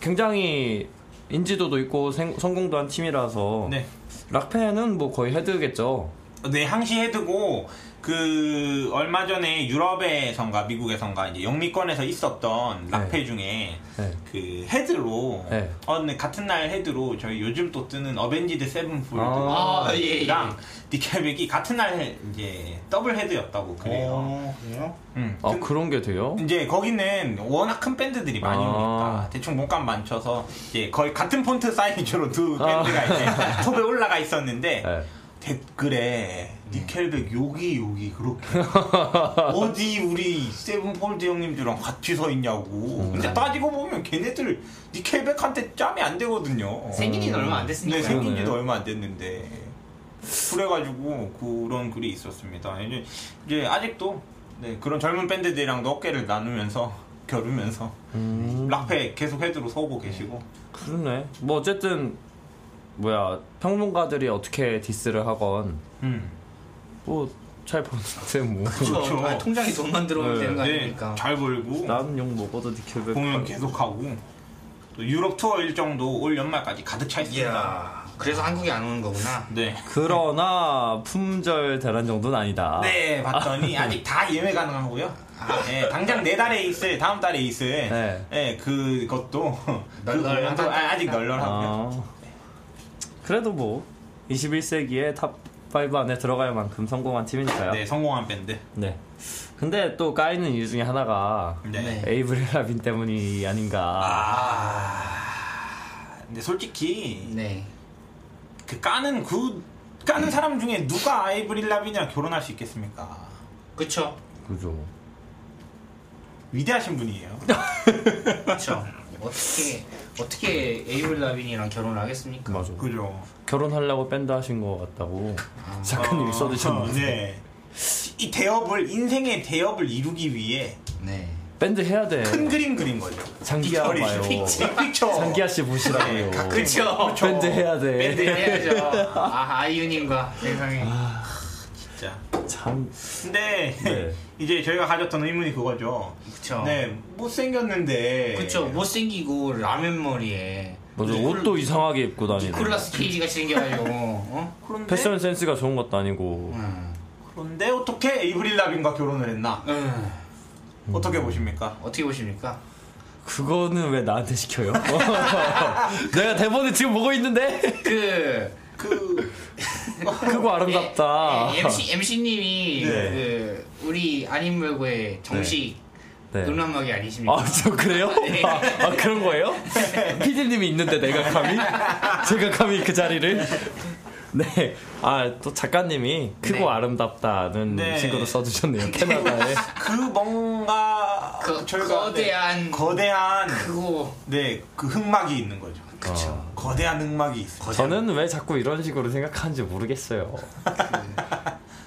Speaker 3: 굉장히 인지도도 있고 생- 성공도 한 팀이라서
Speaker 4: 네.
Speaker 3: 락팬은 뭐 거의 헤드겠죠.
Speaker 4: 네, 항시헤드고 그 얼마 전에 유럽에선가 미국에선가 이제 영미권에서 있었던 락페 중에
Speaker 3: 네.
Speaker 4: 그 헤드로
Speaker 3: 네.
Speaker 4: 어, 근데 같은 날 헤드로 저희 요즘 또 뜨는 어벤지드 세븐폴드랑
Speaker 3: 아,
Speaker 5: 아, 예, 예.
Speaker 4: 니켈백이 같은 날 이제 더블 헤드였다고 그래요.
Speaker 5: 어, 그래요?
Speaker 4: 음.
Speaker 3: 아,
Speaker 4: 근-
Speaker 3: 그런 게 돼요?
Speaker 4: 이제 거기는 워낙 큰 밴드들이 많이
Speaker 3: 아.
Speaker 4: 오니까 대충 몸값 맞춰서 이제 거의 같은 폰트 사이즈로 두 밴드가 이제 톱에 올라가 있었는데
Speaker 3: 아. 네.
Speaker 4: 댓글에 니켈백 여기 여기 그렇게 어디 우리 세븐폴드 형님들랑 같이 서 있냐고 근데 따지고 보면 걔네들 니켈백한테 짬이 안 되거든요
Speaker 5: 생긴 지는 얼마 안 됐으니까.
Speaker 4: 네,
Speaker 5: 요
Speaker 4: 생긴 지도
Speaker 3: 그러네요.
Speaker 4: 얼마 안 됐는데. 그래가지고 그런 글이 있었습니다. 이제, 이제 아직도 네, 그런 젊은 밴드들이랑도 어깨를 나누면서 겨루면서 락페 계속 헤드로 서고 계시고
Speaker 3: 그러네. 뭐 어쨌든 뭐야 평론가들이 어떻게 디스를 하건
Speaker 4: 음.
Speaker 3: 뭐 잘 보는데 뭐.
Speaker 4: 그렇죠.
Speaker 5: 그렇죠. 아, 통장에 돈만 들어오면
Speaker 3: 네,
Speaker 5: 되는 거
Speaker 4: 네,
Speaker 5: 아닙니까?
Speaker 4: 잘 벌고
Speaker 3: 나는 욕 먹어도 니켈백.
Speaker 4: 공연 계속하고 또 유럽 투어 일정도 올 연말까지 가득 차 있습니다.
Speaker 5: 이야. 그래서 한국에 안 오는 거구나.
Speaker 4: 네.
Speaker 3: 그러나 품절 대란 정도는 아니다.
Speaker 4: 네, 봤더니 아직 다 예외 가능하고요. 네, 당장 네 달에 있을 다음 달에 있을
Speaker 3: 네.
Speaker 4: 네. 그것도 그
Speaker 5: 널널하다.
Speaker 4: 공연도 아, 아직
Speaker 3: 아,
Speaker 4: 널널하고요.
Speaker 3: 그래도 뭐 21세기의 탑5 안에 들어갈 만큼 성공한 팀이니까요.
Speaker 4: 네, 성공한 밴드.
Speaker 3: 네. 근데 또 까이는 이유 중에 하나가
Speaker 4: 네.
Speaker 5: 네.
Speaker 3: 에이브릴 라빈 때문이 아닌가.
Speaker 4: 아, 근데 솔직히
Speaker 5: 네.
Speaker 4: 그 까는 그 까는 사람 중에 누가 아이브릴 라빈이랑 결혼할 수 있겠습니까?
Speaker 5: 그쵸.
Speaker 3: 그죠.
Speaker 4: 위대하신 분이에요.
Speaker 5: 그쵸. 어떻게, 어떻게 에이블 라빈이랑 결혼을 하겠습니까?
Speaker 3: 맞아.
Speaker 4: 그죠?
Speaker 3: 결혼하려고 밴드 하신 것 같다고 작가님이 써주셨는데
Speaker 4: 네. 이 대업을 인생의 대업을 이루기 위해
Speaker 5: 네.
Speaker 3: 밴드 해야 돼.
Speaker 4: 큰 그림 그린 거죠.
Speaker 3: 장기야
Speaker 4: 빅처리,
Speaker 3: 네. 봐요.
Speaker 4: 빅- 빅처.
Speaker 3: 장기아 씨 보시라고요.
Speaker 4: 네, 가끔
Speaker 5: 그쵸.
Speaker 3: 밴드 해야 돼.
Speaker 5: 밴드 해야죠. 아, 아이유님과 세상에.
Speaker 4: 진짜.
Speaker 3: 참
Speaker 4: 근데
Speaker 3: 네.
Speaker 4: 이제 저희가 가졌던 의문이 그거죠.
Speaker 5: 그쵸.
Speaker 4: 네, 못생겼는데.
Speaker 5: 그쵸. 뭐, 못생기고 라면 머리에.
Speaker 4: 뭐
Speaker 3: 맞아.
Speaker 5: 니콜-
Speaker 3: 옷도 이상하게 입고 다니고
Speaker 5: 니콜라스 케이지가 생겨가지고. 어?
Speaker 4: 그런데,
Speaker 3: 패션 센스가 좋은 것도 아니고
Speaker 5: 음.
Speaker 4: 그런데 어떻게 에이브릴 라빈과 결혼을 했나?
Speaker 5: 음.
Speaker 4: 어떻게 보십니까?
Speaker 5: 어떻게 보십니까?
Speaker 3: 그거는 왜 나한테 시켜요? 내가 대본을 지금 보고 있는데
Speaker 5: 그.
Speaker 4: 그
Speaker 3: 그거 아름답다.
Speaker 5: 예, 예, MC, MC님이
Speaker 4: 네.
Speaker 5: 그 우리 아님물고의 정식
Speaker 3: 네.
Speaker 5: 눈란막이 아니십니까?
Speaker 3: 아, 저 그래요? 아, 아, 그런 거예요? 피디님이 있는데 내가 감히? 제가 감히 그 자리를? 네. 아, 또 작가님이 크고
Speaker 5: 네.
Speaker 3: 아름답다는
Speaker 4: 네.
Speaker 3: 싱글을 써주셨네요. 캐나다에.
Speaker 4: 그 뭔가
Speaker 5: 그
Speaker 4: 저희가- 네,
Speaker 5: 거대한-
Speaker 4: 거대한
Speaker 5: 그거
Speaker 4: 네그 흑막이 있는 거죠.
Speaker 5: 그쵸.
Speaker 4: 거대한 흑막이 있어요.
Speaker 3: 저는 왜 자꾸 이런 식으로 생각하는지 모르겠어요.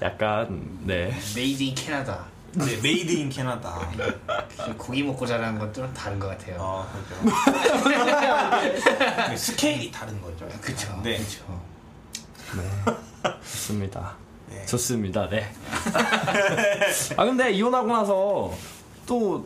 Speaker 3: 약간, 네.
Speaker 5: 메이드 인 캐나다 그
Speaker 4: 네, 메이드 인 캐나다.
Speaker 5: 고기 먹고 자라는 것들은 다른 것 같아요.
Speaker 4: 어, 그죠. 네, 스케일이 다른 거죠.
Speaker 5: 그쵸.
Speaker 4: 네.
Speaker 5: 그쵸.
Speaker 3: 좋습니다.
Speaker 4: 네.
Speaker 3: 좋습니다. 네. 아 근데 이혼하고 나서 또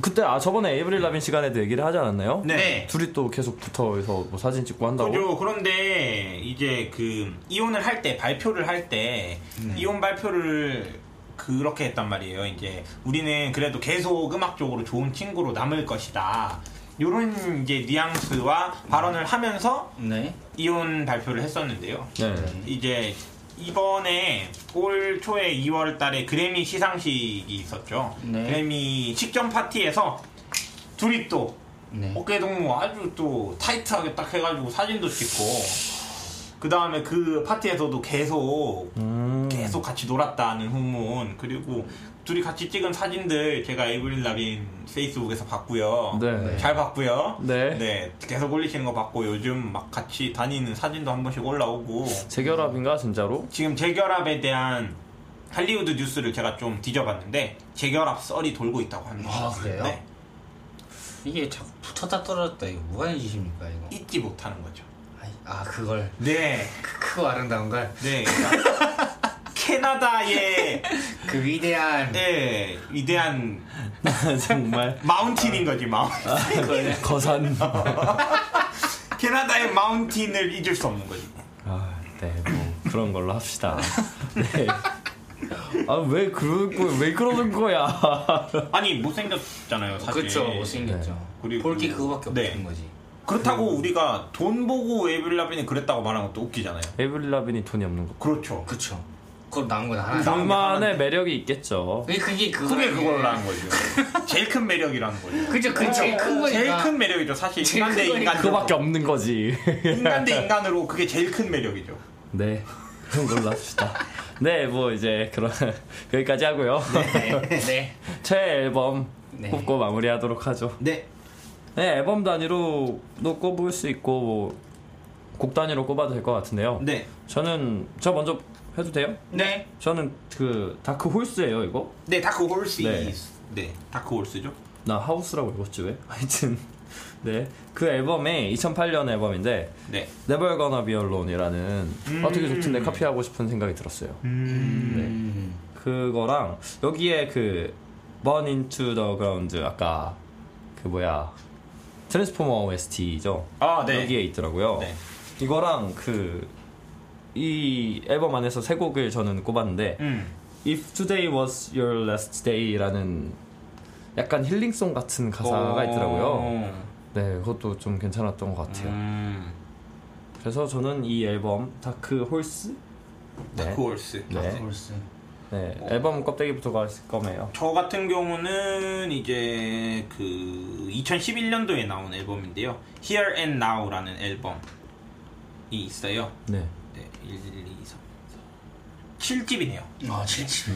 Speaker 3: 그때 아 저번에 에이브릴 라빈 시간에도 얘기를 하지 않았나요?
Speaker 4: 네.
Speaker 5: 네.
Speaker 3: 둘이 또 계속 붙어서 뭐 사진 찍고 한다고.
Speaker 4: 그죠. 그런데 이제 그 이혼을 할 때 발표를 할 때
Speaker 5: 음.
Speaker 4: 이혼 발표를 그렇게 했단 말이에요. 이제 우리는 그래도 계속 음악적으로 좋은 친구로 남을 것이다. 요런 이제 뉘앙스와 발언을 하면서
Speaker 5: 네.
Speaker 4: 이혼 발표를 했었는데요.
Speaker 3: 네.
Speaker 4: 이제 이번에 올 초에 2월 달에 그래미 시상식이 있었죠.
Speaker 5: 네.
Speaker 4: 그래미 식전 파티에서 둘이 또
Speaker 5: 네.
Speaker 4: 어깨 동무 아주 또 타이트하게 딱 해가지고 사진도 찍고 그 다음에 그 파티에서도 계속
Speaker 3: 음.
Speaker 4: 계속 같이 놀았다는 후문 그리고 둘이 같이 찍은 사진들 제가 에이브릴 라빈 페이스북에서 봤고요
Speaker 3: 네.
Speaker 4: 잘 봤고요
Speaker 3: 네.
Speaker 4: 계속 올리시는 거 봤고 요즘 막 같이 다니는 사진도 한 번씩 올라오고
Speaker 3: 재결합인가 진짜로?
Speaker 4: 지금 재결합에 대한 할리우드 뉴스를 제가 좀 뒤져봤는데 재결합 썰이 돌고 있다고 합니다
Speaker 5: 아, 그래요?
Speaker 4: 네.
Speaker 5: 이게 자꾸 붙었다 떨어졌다 이거 뭐가 하는 짓입니까 이거?
Speaker 4: 잊지 못하는 거죠
Speaker 5: 아이, 아 그걸
Speaker 4: 네
Speaker 5: 그 크고 아름다운 걸.
Speaker 4: 네. 그러니까 캐나다의
Speaker 5: 그 위대한
Speaker 4: 네, 위대한
Speaker 3: 정말
Speaker 4: 마운틴인 거지 마운틴.
Speaker 5: 아. 그걸.
Speaker 3: 거산.
Speaker 4: 캐나다의 마운틴을 잊을 수 없는 거지.
Speaker 3: 아, 네. 뭐 그런 걸로 합시다. 네. 아 왜 그러고 왜 그러는 거야?
Speaker 4: 아니 못생겼잖아요 사실.
Speaker 5: 그쵸 못생겼죠.
Speaker 4: 네. 그리고-
Speaker 5: 볼게 그거밖에
Speaker 4: 네.
Speaker 5: 없는 거지.
Speaker 4: 그렇다고
Speaker 5: 음.
Speaker 4: 우리가 돈 보고 에빌라빈이 그랬다고 말한 것도 웃기잖아요.
Speaker 3: 에블라빈이 돈이 없는 거.
Speaker 4: 그렇죠.
Speaker 5: 그쵸. 그걸 남은 건 하나.
Speaker 4: 남-
Speaker 3: 그만의 매력이 있겠죠.
Speaker 5: 그게 그게 그거.
Speaker 4: 그게 그걸라는 거죠. 제일 큰 매력이라는 거죠.
Speaker 5: 그죠 그 제일 큰 거니까.
Speaker 4: 제일 큰 매력이죠. 사실
Speaker 5: 제일
Speaker 4: 인간 대
Speaker 5: 큰 거니까.
Speaker 4: 인간
Speaker 3: 그거밖에 없는 거지.
Speaker 4: 인간 대 인간으로 그게 제일 큰 매력이죠.
Speaker 3: 네. 그런 걸로 합시다. 네, 뭐 이제 그런 여기까지 하고요.
Speaker 5: 네.
Speaker 3: 최애 앨범
Speaker 5: 네.
Speaker 3: 뽑고 마무리하도록 하죠.
Speaker 5: 네.
Speaker 3: 네, 앨범 단위로도 꼽을 수 있고 뭐, 곡 단위로 꼽아도 될 것 같은데요.
Speaker 4: 네.
Speaker 3: 저는 저 먼저 해도 돼요?
Speaker 5: 네.
Speaker 3: 저는 그 다크 홀스예요, 이거.
Speaker 4: 네 다크 홀스.
Speaker 3: 네.
Speaker 4: 네. 네 다크 홀스죠.
Speaker 3: 나 하우스라고 읽었지 왜? 하여튼 네. 그 앨범이 2008년 앨범인데
Speaker 4: 네.
Speaker 3: Never Gonna Be Alone이라는
Speaker 4: 음.
Speaker 3: 어떻게 좋던데 카피하고 싶은 생각이 들었어요. 네.
Speaker 5: 음.
Speaker 3: 그거랑 여기에 그 Born into the Ground 아까 그 뭐야 트랜스포머 OST죠.
Speaker 4: 아 네.
Speaker 3: 여기에 있더라고요.
Speaker 4: 네.
Speaker 3: 이거랑 그 이 앨범 안에서 세 곡을 저는 꼽았는데
Speaker 4: 음.
Speaker 3: If Today Was Your Last Day라는 약간 힐링송 같은 가사가 있더라고요. 네, 그것도 좀 괜찮았던 것 같아요.
Speaker 4: 어. 음.
Speaker 3: 그래서 저는 이 앨범 다크 홀스 네.
Speaker 4: 다크 홀스.
Speaker 3: 네,
Speaker 5: 홀스.
Speaker 3: 네, 앨범 껍데기부터가 있을 거예요.
Speaker 4: 저 같은 경우는 이제 그 2011년도에 나온 앨범인데요. Here and Now라는 앨범이 있어요.
Speaker 3: 네,
Speaker 4: 네, 1, 2, 3, 7집이네요.
Speaker 5: 아 진짜.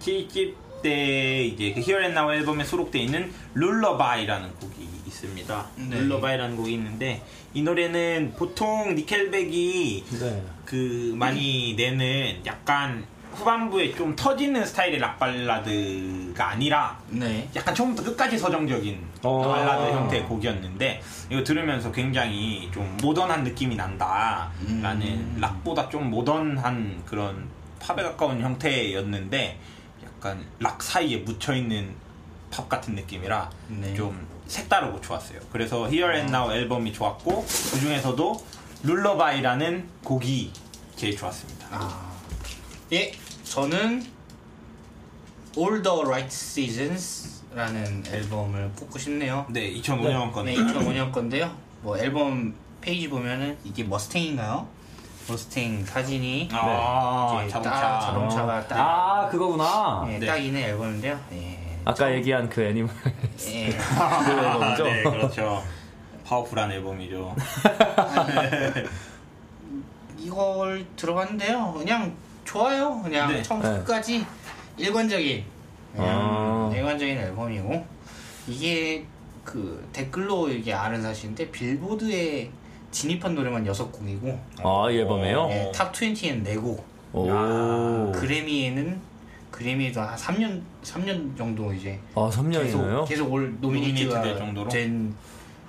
Speaker 4: 7집 때 이제 그 Here and Now 앨범에 수록되어 있는 룰러바이라는 곡이 있습니다.
Speaker 5: 네.
Speaker 4: 룰러바이라는 곡이 있는데 이 노래는 보통 니켈백이
Speaker 3: 네,
Speaker 4: 그 많이 내는 약간 후반부에 좀 터지는 스타일의 락 발라드가 아니라
Speaker 5: 네.
Speaker 4: 약간 처음부터 끝까지 서정적인
Speaker 3: 어.
Speaker 4: 발라드 형태의 곡이었는데 이거 들으면서 굉장히 좀 모던한 느낌이 난다라는
Speaker 5: 음.
Speaker 4: 락보다 좀 모던한 그런 팝에 가까운 형태였는데 약간 락 사이에 묻혀 있는 팝 같은 느낌이라
Speaker 5: 네.
Speaker 4: 좀 색다르고 좋았어요. 그래서 Here and Now 앨범이 좋았고 그 중에서도 룰러바이라는 곡이 제일 좋았습니다.
Speaker 5: 아. 예. 저는 All the Right Seasons라는 앨범을 꼽고 싶네요.
Speaker 4: 네, 2005년
Speaker 5: 네,
Speaker 4: 건데
Speaker 5: 2005년 건데요. 뭐 앨범 페이지 보면은 이게 머스탱인가요? 머스탱 사진이
Speaker 4: 아,
Speaker 5: 이제
Speaker 4: 자동차.
Speaker 5: 따- 자동차가 딱,
Speaker 3: 아 그거구나.
Speaker 5: 예,
Speaker 4: 네.
Speaker 5: 딱 있는 앨범인데요. 예.
Speaker 3: 아까 얘기한 그 애니멀.
Speaker 5: 예.
Speaker 3: 그 앨범이죠?
Speaker 5: 아,
Speaker 4: 네, 그렇죠. 파워풀한 앨범이죠.
Speaker 5: 이걸 들어봤는데요. 그냥 좋아요. 그냥
Speaker 4: 네.
Speaker 5: 처음부터
Speaker 3: 네.
Speaker 5: 끝까지 일관적인 그냥
Speaker 3: 아.
Speaker 5: 일관적인 앨범이고 이게 그 댓글로 이게 아는 사실인데 빌보드에 진입한 노래만 6곡이고
Speaker 3: 아이 앨범에요?
Speaker 5: 예, 탑 20에는 4곡
Speaker 3: 어. 오.
Speaker 5: 그래미에는 그래미에도 한 3년 3년 정도 이제
Speaker 3: 아 3년이나요?
Speaker 5: 계속, 계속 올 노미네이트가
Speaker 4: 노미네이트 될 정도로?
Speaker 5: 된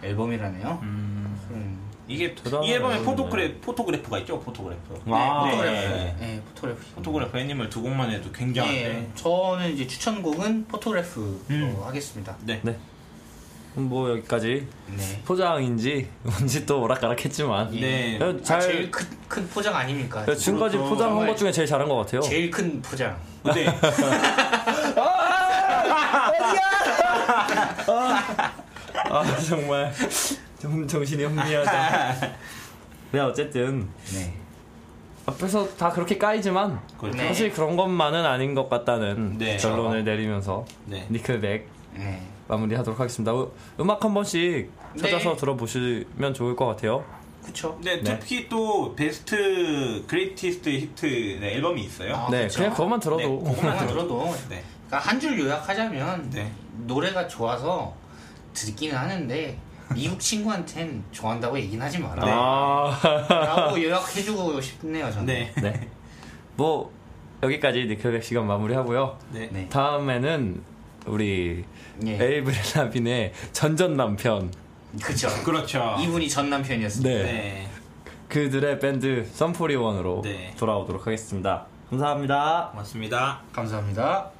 Speaker 5: 앨범이라네요. 음.
Speaker 4: 이게
Speaker 3: 대단하네.
Speaker 4: 이 앨범에 포토그래 포토그래프가 있죠. 포토그래프.
Speaker 3: 와. 아,
Speaker 5: 네, 포토그래프.
Speaker 4: 네.
Speaker 5: 네, 포토그래프.
Speaker 4: 포토그래프 애니멀 두 곡만 해도
Speaker 3: 아,
Speaker 5: 네,
Speaker 4: 굉장한데.
Speaker 5: 저는 이제 추천곡은 포토그래프로 어,
Speaker 4: 음.
Speaker 5: 하겠습니다.
Speaker 4: 네.
Speaker 3: 네. 그럼 뭐 여기까지
Speaker 5: 네.
Speaker 3: 포장인지 뭔지 또 오락가락했지만
Speaker 4: 네.
Speaker 3: 야,
Speaker 5: 아,
Speaker 3: 잘
Speaker 5: 제일 큰, 큰 포장 아닙니까?
Speaker 3: 야, 지금까지
Speaker 4: 그렇죠.
Speaker 3: 포장한 것
Speaker 5: 정말.
Speaker 3: 중에 제일 잘한 것 같아요.
Speaker 5: 제일 큰 포장.
Speaker 4: 근데
Speaker 3: 아 정말 좀 정신이 혼미하다. 네 어쨌든
Speaker 5: 네.
Speaker 3: 앞에서 다 그렇게 까이지만
Speaker 4: 그렇죠.
Speaker 5: 네.
Speaker 3: 사실 그런 것만은 아닌 것 같다는
Speaker 4: 네.
Speaker 3: 결론을 내리면서
Speaker 4: 네.
Speaker 3: 니클백
Speaker 5: 네.
Speaker 3: 마무리하도록 하겠습니다. 음- 음악 한 번씩 찾아서
Speaker 5: 네.
Speaker 3: 들어보시면 좋을 것 같아요.
Speaker 5: 그쵸?
Speaker 4: 네,
Speaker 3: 네.
Speaker 4: 특히 또 베스트 그레이티스트 히트 네, 앨범이 있어요.
Speaker 5: 아,
Speaker 3: 네,
Speaker 5: 그쵸?
Speaker 3: 그냥 그것만 들어도
Speaker 4: 네,
Speaker 5: 그것만 들어도.
Speaker 4: 네.
Speaker 5: 그러니까 한 줄 요약하자면
Speaker 4: 네.
Speaker 5: 노래가 좋아서 듣기는 하는데 미국 친구한텐 좋아한다고 얘기는 하지 마라.
Speaker 3: 아,
Speaker 5: 라고 요약해주고 싶네요, 저는.
Speaker 4: 네.
Speaker 3: 네. 네. 뭐 여기까지 니클백 시간 마무리하고요.
Speaker 4: 네.
Speaker 5: 네.
Speaker 3: 다음에는 우리
Speaker 5: 예.
Speaker 3: 에이브레라빈의 전전 남편
Speaker 5: 그쵸.
Speaker 4: 그렇죠.
Speaker 5: 이분이 전 남편이었습니다.
Speaker 3: 아. 네.
Speaker 4: 네.
Speaker 3: 그들의 밴드 썬포리원으로
Speaker 4: 네.
Speaker 3: 돌아오도록 하겠습니다. 감사합니다.
Speaker 4: 고맙습니다.
Speaker 5: 감사합니다.